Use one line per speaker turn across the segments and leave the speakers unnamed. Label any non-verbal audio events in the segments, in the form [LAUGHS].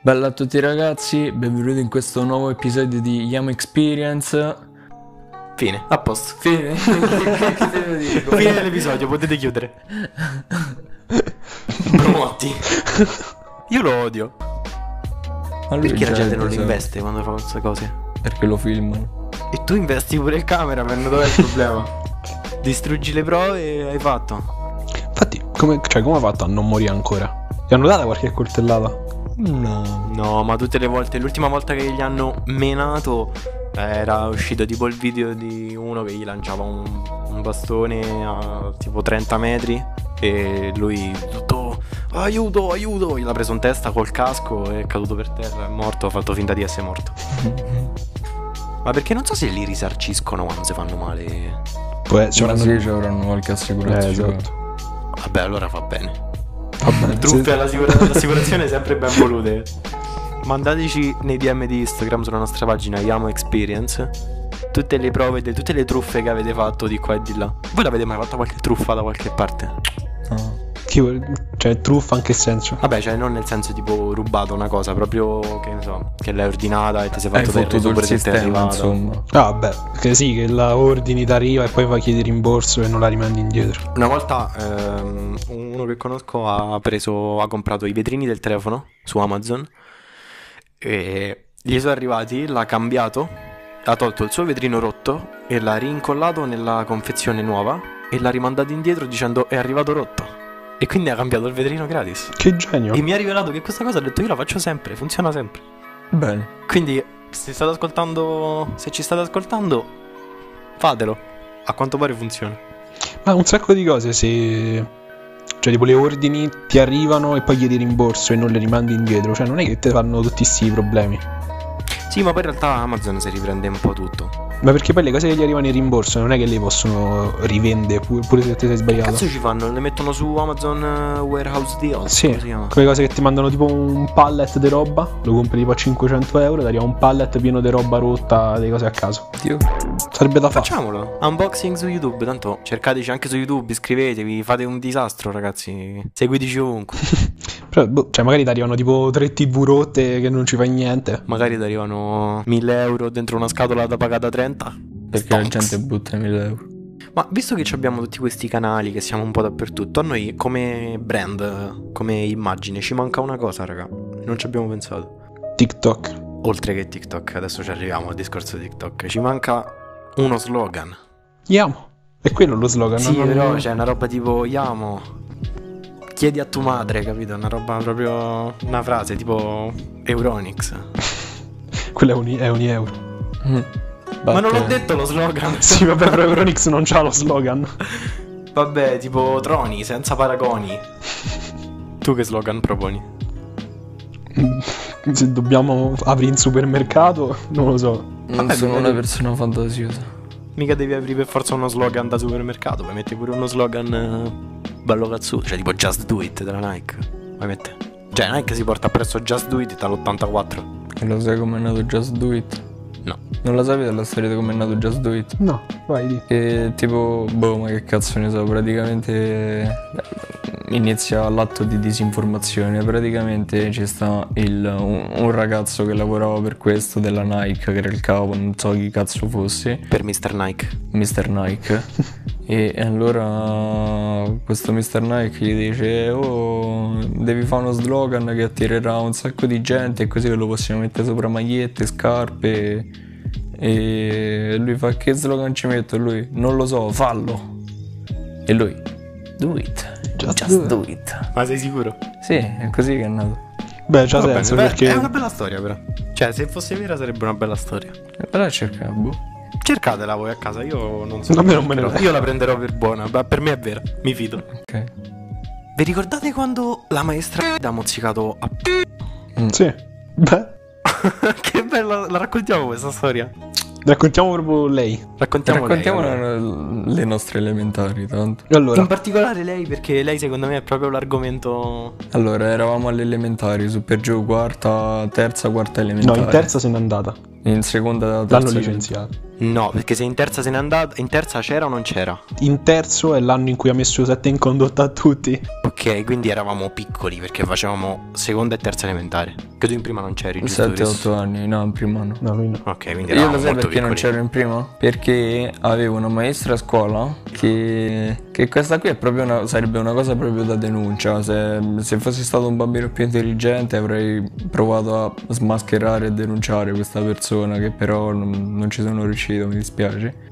Bella a tutti ragazzi, benvenuti in questo nuovo episodio di Yam Experience.
Fine, [LAUGHS] a posto.
Fine. che, che devo dire?
Ecco, Fine dell'episodio, potete [LAUGHS] chiudere. Brumotti. Io lo odio.
Ma lui
Perché la
già
gente
lo
non
sa.
investe quando fa queste cose?
Perché lo filmano.
E tu investi pure il cameraman, dov'è il problema? Distruggi le prove e hai fatto.
Infatti, come, cioè, come ha fatto a non morire ancora? Gli hanno data qualche coltellata?
No.
No, ma tutte le volte, l'ultima volta che gli hanno menato eh, era uscito tipo il video di uno che gli lanciava un, un bastone a tipo 30 metri e lui tutto aiuto, aiuto, gliel'ha preso in testa col casco è caduto per terra, è morto, ha fatto finta di essere morto. Ma perché non so se li risarciscono quando si fanno male.
Poi ci
Cioè,
avranno...
sì, cioè, ci avranno qualche
eh,
assicurazione.
esatto.
Vabbè, allora fa bene.
Vabbè,
Truffe
se-
all'assicura-
[LAUGHS]
all'assicurazione sempre ben volute. Mandateci nei DM di Instagram sulla nostra pagina Yamo Experience tutte le prove, de- tutte le truffe che avete fatto di qua e di là. Voi l'avete mai fatta qualche truffa da qualche parte?
No.
chi vuol- cioè, truffa anche senso.
Vabbè, cioè non nel senso tipo rubato una cosa, proprio che ne so, che l'hai ordinata e ti sei
Eh, Hai
fatto del reso
fottuto il
pure se ti è
sistema,
arrivata.
insomma.
Ah, vabbè, che sì, che la ordini t'arriva e poi va a chiedere rimborso e non la rimandi indietro.
Una volta ehm, uno che conosco ha preso, ha comprato i vetrini del telefono su Amazon e gli sono arrivati, l'ha cambiato, ha tolto il suo vetrino rotto e l'ha rincollato nella confezione nuova e l'ha rimandato indietro dicendo è arrivato rotto e quindi ha cambiato il vetrino gratis.
Che genio.
E mi ha rivelato che questa cosa ha detto io la faccio sempre, funziona sempre.
Bene.
Quindi se state ascoltando, se ci state ascoltando, fatelo. A quanto pare funziona.
Ma un sacco di cose se... Cioè, tipo, le ordini ti arrivano e poi chiedi rimborso e non le rimandi indietro. Cioè, non è che te fanno tutti sti problemi.
Sì, ma poi in realtà Amazon si riprende un po' tutto.
Ma perché poi le cose che gli arrivano in rimborso non è che le possono rivendere pure, pure se te sei sbagliato.
Cazzo ci fanno? Le mettono su Amazon eh, Warehouse Deals?
Sì,
come si chiama?
quelle cose che ti mandano tipo un pallet di roba, lo compri tipo a 500 euro, ti arriva un pallet pieno di roba rotta, delle cose a caso.
Dio.
Sarebbe da fare.
Facciamolo. Unboxing su YouTube, tanto cercateci anche su YouTube, iscrivetevi, fate un disastro ragazzi. Seguiteci ovunque.
Però, boh, cioè, magari ti arrivano tipo tre TV rotte che non ci fai niente.
Magari ti arrivano 1000 euro dentro una scatola da pagata 30.
Perché la
Stonks.
gente butta i 1000 euro.
Ma visto che ci abbiamo tutti questi canali, che siamo un po' dappertutto, a noi come brand, come immagine, ci manca una cosa, raga. Non ci abbiamo pensato.
TikTok.
Oltre che TikTok, adesso ci arriviamo al discorso TikTok. Ci manca uno slogan.
Yamo. È quello lo slogan.
sì,
no?
però c'è una roba tipo Iamo. Chiedi a tua madre, capito? Una roba proprio. Una frase tipo Euronix.
Quello è un, è un euro. eh,
Mm.
Ma non l'ho
Vabbè.
detto lo
[LAUGHS]
slogan.
Sì, vabbè, però Euronix non c'ha lo slogan.
Vabbè, tipo Troni, senza paragoni. tu che slogan proponi?
Se dobbiamo aprire in supermercato, non lo so.
Non
Vabbè, eh.
sono
mi-
una persona fantasiosa.
Mica devi aprire per forza uno slogan da supermercato, puoi mettere pure uno slogan eh, bello cazzuto, cioè tipo Just Do It della Nike. Puoi mettere. Cioè Nike si porta presso Just Do It dall'84.
E lo sai com'è nato Just Do It?
No.
Non la sapete la storia di com'è nato Just Do It?
No, vai di.
Che tipo, boh, ma che cazzo ne so, praticamente eh, inizia l'atto di disinformazione. Praticamente ci sta il- un, un ragazzo che lavorava per questo della Nike, che era il capo, non so chi cazzo fosse,
Per Mr. Nike.
Mr. Nike. e allora questo Mr. Nike gli dice: Oh, devi fare uno slogan che attirerà un sacco di gente, e così lo possiamo mettere sopra magliette, scarpe. E lui fa che slogan ci metto? E lui non lo so, fallo. E lui do it.
Just
Just,
do
do it.
Ma sei sicuro?
Sì, è così che è nato.
Beh, c'ha
Vabbè,
senso
beh,
perché.
È una bella storia però. Cioè, se fosse vera sarebbe una bella storia.
E però cerca, boh.
Cercatela voi a casa, io non so.
A me non me ne
Però
frega.
Io la prenderò per buona, ma per me è vera, mi fido.
Ok.
Vi ricordate quando la maestra ha mozzicato a
Sì. Beh,
[LAUGHS] che bella, la raccontiamo questa storia?
raccontiamo proprio lei.
Raccontiamo lei,
Raccontiamo
allora.
le nostre elementari, tanto.
Allora,
In particolare lei, perché lei secondo me è proprio l'argomento.
Allora, eravamo alle elementari, super giù, quarta, terza, quarta
no,
elementare.
in terza se n'è andata.
In seconda, terza.
L'hanno licenziata.
No, perché se in terza se n'è andata, in terza c'era o non c'era?
In terzo è l'anno in cui ha messo sette in condotta a tutti.
Ok, Ok, quindi eravamo piccoli perché facevamo seconda e terza elementare. Che tu in prima non c'eri, giusto?
7-8
Chris?
anni, no, in primo anno.
No, lui no.
Ok,
Io
quindi eravamo
lo sai
molto
perché non
piccoli.
c'ero in prima? Perché avevo una maestra a scuola che, che questa qui è proprio una, sarebbe una cosa proprio da denuncia. Se, se fossi stato un bambino più intelligente avrei provato a smascherare e denunciare questa persona che però non, non ci sono riuscito, mi
[LAUGHS]
dispiace.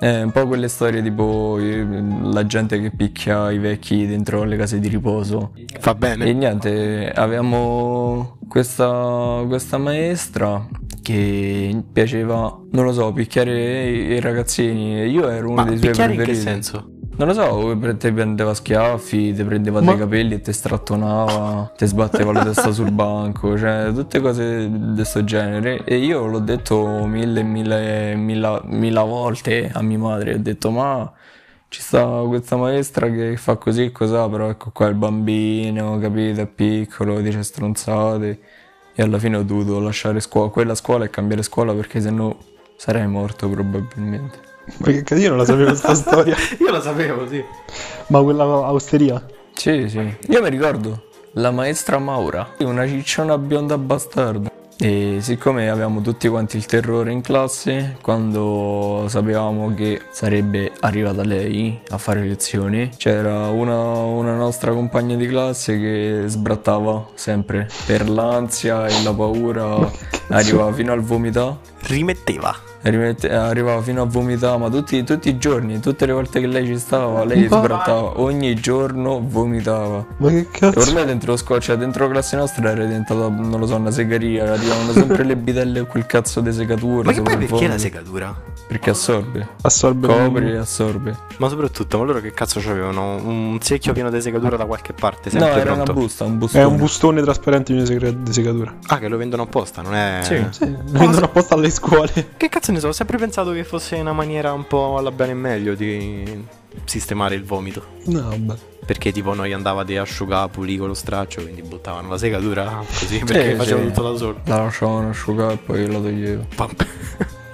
È un po' quelle storie tipo eh, la gente che picchia i vecchi dentro le case di riposo.
Va bene.
E niente, avevamo questa, questa maestra che piaceva, non lo so, picchiare i, i ragazzini. E Io ero uno
Ma
dei suoi
picchiare in che
preferiti.
senso?
Non lo so, pre- te prendeva schiaffi, ti prendeva dai capelli e te strattonava, ti sbatteva la testa sul banco, cioè tutte cose di questo genere. E io l'ho detto mille, mille, mille, mille volte a mia madre, ho detto ma ci sta questa maestra che fa così e cos'ha, però ecco qua il bambino, capito, è piccolo, dice stronzate. E alla fine ho dovuto lasciare scuola, quella scuola e cambiare scuola perché sennò sarei morto probabilmente.
Perché cazzo, io non la sapevo sta storia.
Io lo sapevo, sì.
Ma quella osteria.
Sì, sì. Io mi ricordo la maestra Maura, una cicciona bionda bastarda. E siccome avevamo tutti quanti il terrore in classe, quando sapevamo che sarebbe arrivata lei a fare lezioni, c'era una, una nostra compagna di classe che sbrattava sempre per l'ansia e la paura, arrivava fino al vomitare.
Rimetteva.
Rimette- Arrivava fino a vomitare, ma tutti, tutti i giorni, tutte le volte che lei ci stava, lei
Ma-
sbrattava, ogni giorno vomitava.
Ma che
E
cazzo?
Ormai dentro lo scotch, cioè dentro classe nostra era diventata, non lo so, una segheria, arrivavano sempre le bitelle e quel cazzo di segatura.
Ma che
sopra
poi
il
perché la
vomito.
segatura?
Perché assorbe,
Assorbe
copre e assorbe.
Ma soprattutto, ma loro che cazzo c'avevano? Un secchio pieno di segatura da qualche parte,
No,
sempre
era
pronto.
una busta, un bustone.
È un bustone trasparente di una segre- di segatura.
Ah, che lo vendono apposta, non è...
Sì.
Sì, lo vendono apposta alle scuole.
Che cazzo ne so, ho sempre pensato che fosse una maniera un po' alla bene e meglio di sistemare il vomito.
No, vabbè.
Perché tipo noi andava di asciugare, pulire con lo straccio, quindi buttavano la segatura così, perché
sì.
facevano tutto da solo.
La lasciavano asciugare e poi la toglievo.
Pam.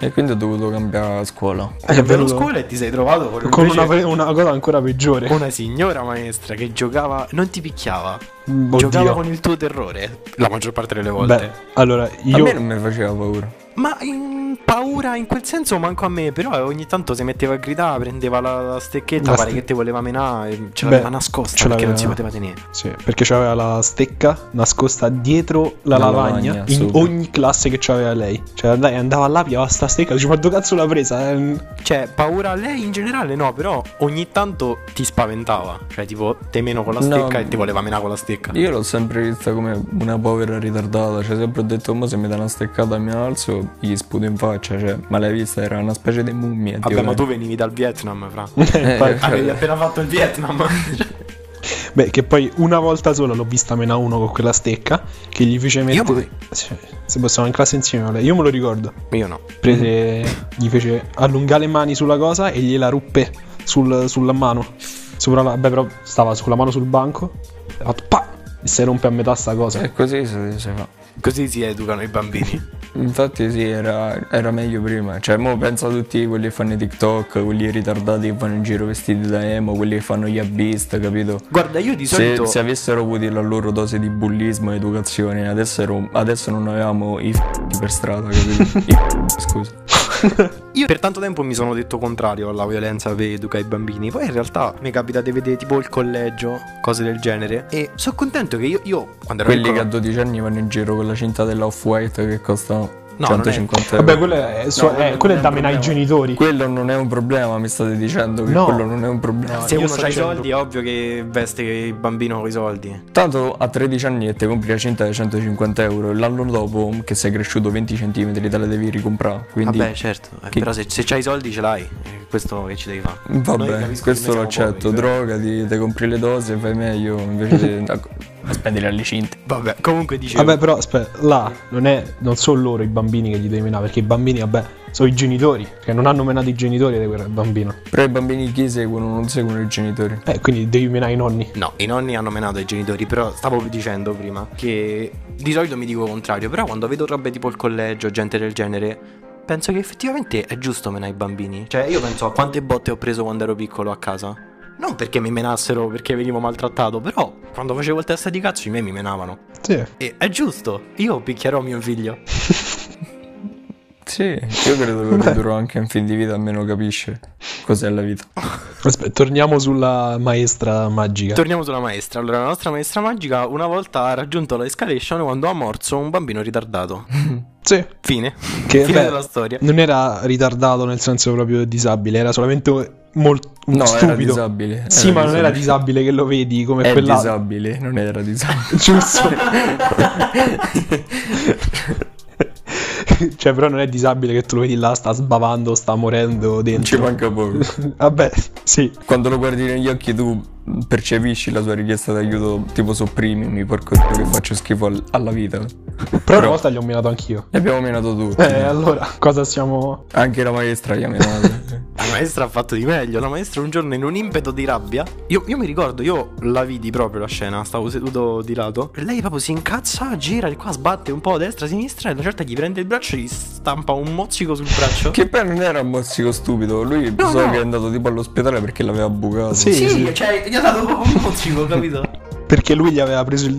E quindi ho dovuto cambiare scuola.
Hai
bello.
venuto a scuola e ti sei trovato con,
Con una,
invece
pe- una cosa ancora peggiore.
una signora maestra che giocava, non ti picchiava,
Mm,
giocava
Oddio.
con il tuo terrore la maggior parte delle volte.
Beh, allora
A me
io.
non mi faceva paura.
Ma in paura in quel senso manco a me, però eh, ogni tanto si metteva a gridare, prendeva la, la stecchetta,
La
pare
ste-
che te voleva menare, e ce
Beh,
l'aveva nascosta
ce
perché
l'aveva.
non si poteva tenere.
Sì, perché c'aveva la stecca nascosta dietro la,
La
lavagna,
lavagna,
in
sopra.
ogni classe che c'aveva lei. Cioè, dai, andava là, piava sta stecca, dice, ma dove cazzo l'ha presa? Eh,
Cioè, paura a lei in generale no, però ogni tanto ti spaventava, cioè tipo te meno con la
No.
stecca e ti voleva menare con la stecca.
Io l'ho sempre vista come una povera ritardata, cioè sempre ho detto mo se mi dà una steccata mi alzo, gli sputo in faccia, cioè, ma l'hai vista era una specie di mummia.
Vabbè,
Dio,
ma
eh.
tu venivi dal Vietnam, fra.
infatti.
Avevi appena fatto il Vietnam.
Beh, che poi una volta sola l'ho vista mena uno con quella stecca che gli fece
pure.
mettere. Sì, Se possiamo in classe insieme, vabbè, io me lo ricordo.
Io no.
Mm.
Prese, gli fece allungare le mani sulla cosa e gliela ruppe sul- sulla mano. Sopra la, beh, però stava sulla mano sul banco. Ha fatto pa! E si rompe a metà sta cosa.
E [LAUGHS] così si, si fa.
Così si educano i bambini.
Infatti sì, era, era meglio prima, cioè mo penso a tutti quelli che fanno i TikTok, quelli ritardati che vanno in giro vestiti da emo, quelli che fanno gli abbist, capito?
Guarda, io di solito...
Se, se avessero avuto la loro dose di bullismo e educazione, adesso, ero- adesso non avevamo i f***i per strada, capito? I f***i, scusa.
Io per tanto tempo mi sono detto contrario alla violenza che educa i bambini, poi in realtà mi capita di vedere tipo il collegio, cose del genere, e sono contento che io, io quando ero
Quelli che a
piccolo...
12 anni vanno in giro con la cinta della Off-White che costa
No,
150 euro.
Vabbè, quello è, so-
No, quello
eh, quello è
non è
da
un
menare i
problema.
genitori.
Quello non è un problema, mi state dicendo che
No.
quello non è un problema.
Se
io
uno
sto
ha i
dicendo-
soldi è ovvio che veste il bambino con i soldi.
Tanto a 13 anni e te compri la cinta da 150 euro e l'anno dopo che sei cresciuto 20 cm te la devi ricomprare. Quindi
Vabbè certo, eh,
Chi-
però se, se c'hai i soldi ce l'hai, eh, questo che ci devi fare.
[LAUGHS]
Noi
vabbè,
capisco
questo
che
lo
noi siamo
accetto.
poveri,
Droga, ti, te compri le dosi e fai meglio invece di ecco, spendere alle cinte.
però- Vabbè, comunque dicevo...
Vabbè, però aspetta, là non, è, non sono loro i bambini che gli devi menare, perché i bambini, vabbè, sono i genitori, perché non hanno menato i genitori di quel bambino.
Però i bambini chi seguono non seguono i genitori.
Eh, quindi devi menare i nonni.
No, i nonni hanno menato i genitori, però stavo dicendo prima che di solito mi dico contrario, però quando vedo robe tipo il collegio, gente del genere, penso che effettivamente è giusto menare i bambini. Cioè, io penso a quante botte ho preso quando ero piccolo a casa. Non perché mi menassero, perché venivo maltrattato, però quando facevo il testa di cazzo i miei mi menavano.
Sì.
E è giusto, io picchierò mio figlio.
Sì, io credo che lo durò anche un fin di vita, almeno capisce cos'è la vita.
Aspetta, torniamo sulla maestra magica.
Torniamo sulla maestra. Allora, la nostra maestra magica una volta ha raggiunto la escalation quando ha morso un bambino ritardato.
sì.
Fine.
Che
Fine
beh,
della storia.
non era ritardato nel senso proprio disabile, era solamente molto
No, era
stupido.
disabile.
sì, ma non era disabile che lo vedi come
È
quella.
disabile, non era disabile. [LAUGHS]
[LAUGHS] Giusto. cioè, però non è disabile che tu lo vedi là, sta sbavando, sta morendo
Ci
dentro.
manca poco.
Vabbè, sì.
Quando lo guardi negli occhi tu percepisci la sua richiesta d'aiuto, tipo sopprimimi, porco dio che faccio schifo al- alla vita. Ne
Però una volta gli ho minato anch'io.
abbiamo menato tutti.
Eh, allora, cosa siamo.
Anche la maestra gli ha menato.
La maestra ha fatto di meglio. La maestra un giorno in un impeto di rabbia. Io, io mi ricordo, io la vidi proprio la scena. Stavo seduto di lato. E lei proprio si incazza, gira di qua, sbatte un po' a destra, a sinistra. E una certa gli prende il braccio e gli stampa un mozzico sul braccio.
che poi non era un mozzico stupido, lui
No,
so
no.
che è andato tipo all'ospedale perché l'aveva bucato.
Sì, sì,
cioè, gli ha dato proprio un mozzico, capito?
perché lui gli aveva preso il,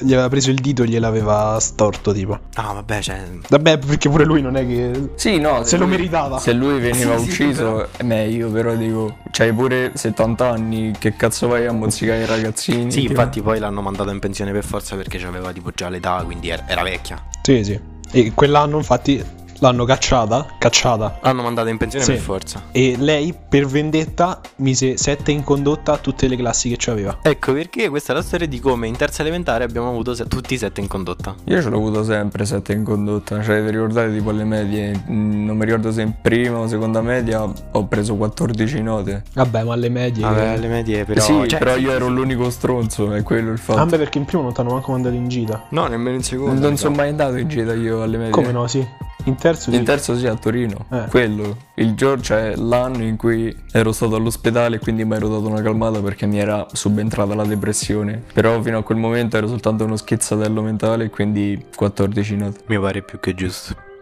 gli aveva preso il dito e gliel'aveva storto, tipo.
[LAUGHS] Ah, vabbè, cioè.
Vabbè, perché pure lui non è che.
Sì, no,
Se lo
lui-
meritava.
Se lui veniva
Sì, sì,
ucciso, è meglio, però dico, c'hai pure 70 anni, che cazzo vai a mozzicare i ragazzini?
Sì,
Tipo,
infatti poi l'hanno mandato in pensione per forza perché aveva tipo già l'età, quindi er-, era, era vecchia.
Sì, sì. E quell'anno, infatti, l'hanno cacciata. Cacciata.
L'hanno mandata in pensione
Sì.
per forza.
E lei, per vendetta, mise 7 in condotta a tutte le classi che c'aveva.
Ecco perché questa è la storia di come in terza elementare abbiamo avuto se- tutti i sette in condotta.
Io ce l'ho avuto sempre 7 in condotta, cioè vi ricordate tipo alle medie, mh, non mi ricordo se in prima o seconda media ho preso 14 note.
Vabbè, ma alle medie.
Vabbè, le medie Eh. però...
sì,
cioè,
però io ero l'unico stronzo, è quello il
Ah,
fatto.
beh, perché in primo non ti hanno manco mandato in gita.
No, nemmeno in seconda.
non
mi
sono
sa.
mai andato in gita io alle medie.
Come no, sì. In terzo sì.
In terzo sì a Torino,
Eh.
quello, il giorno, cioè l'anno in cui ero stato all'ospedale e quindi mi ero dato una calmata perché mi era subentrata la depressione, però fino a quel momento ero soltanto uno schizzatello mentale e quindi 14 note.
Mi pare più che giusto.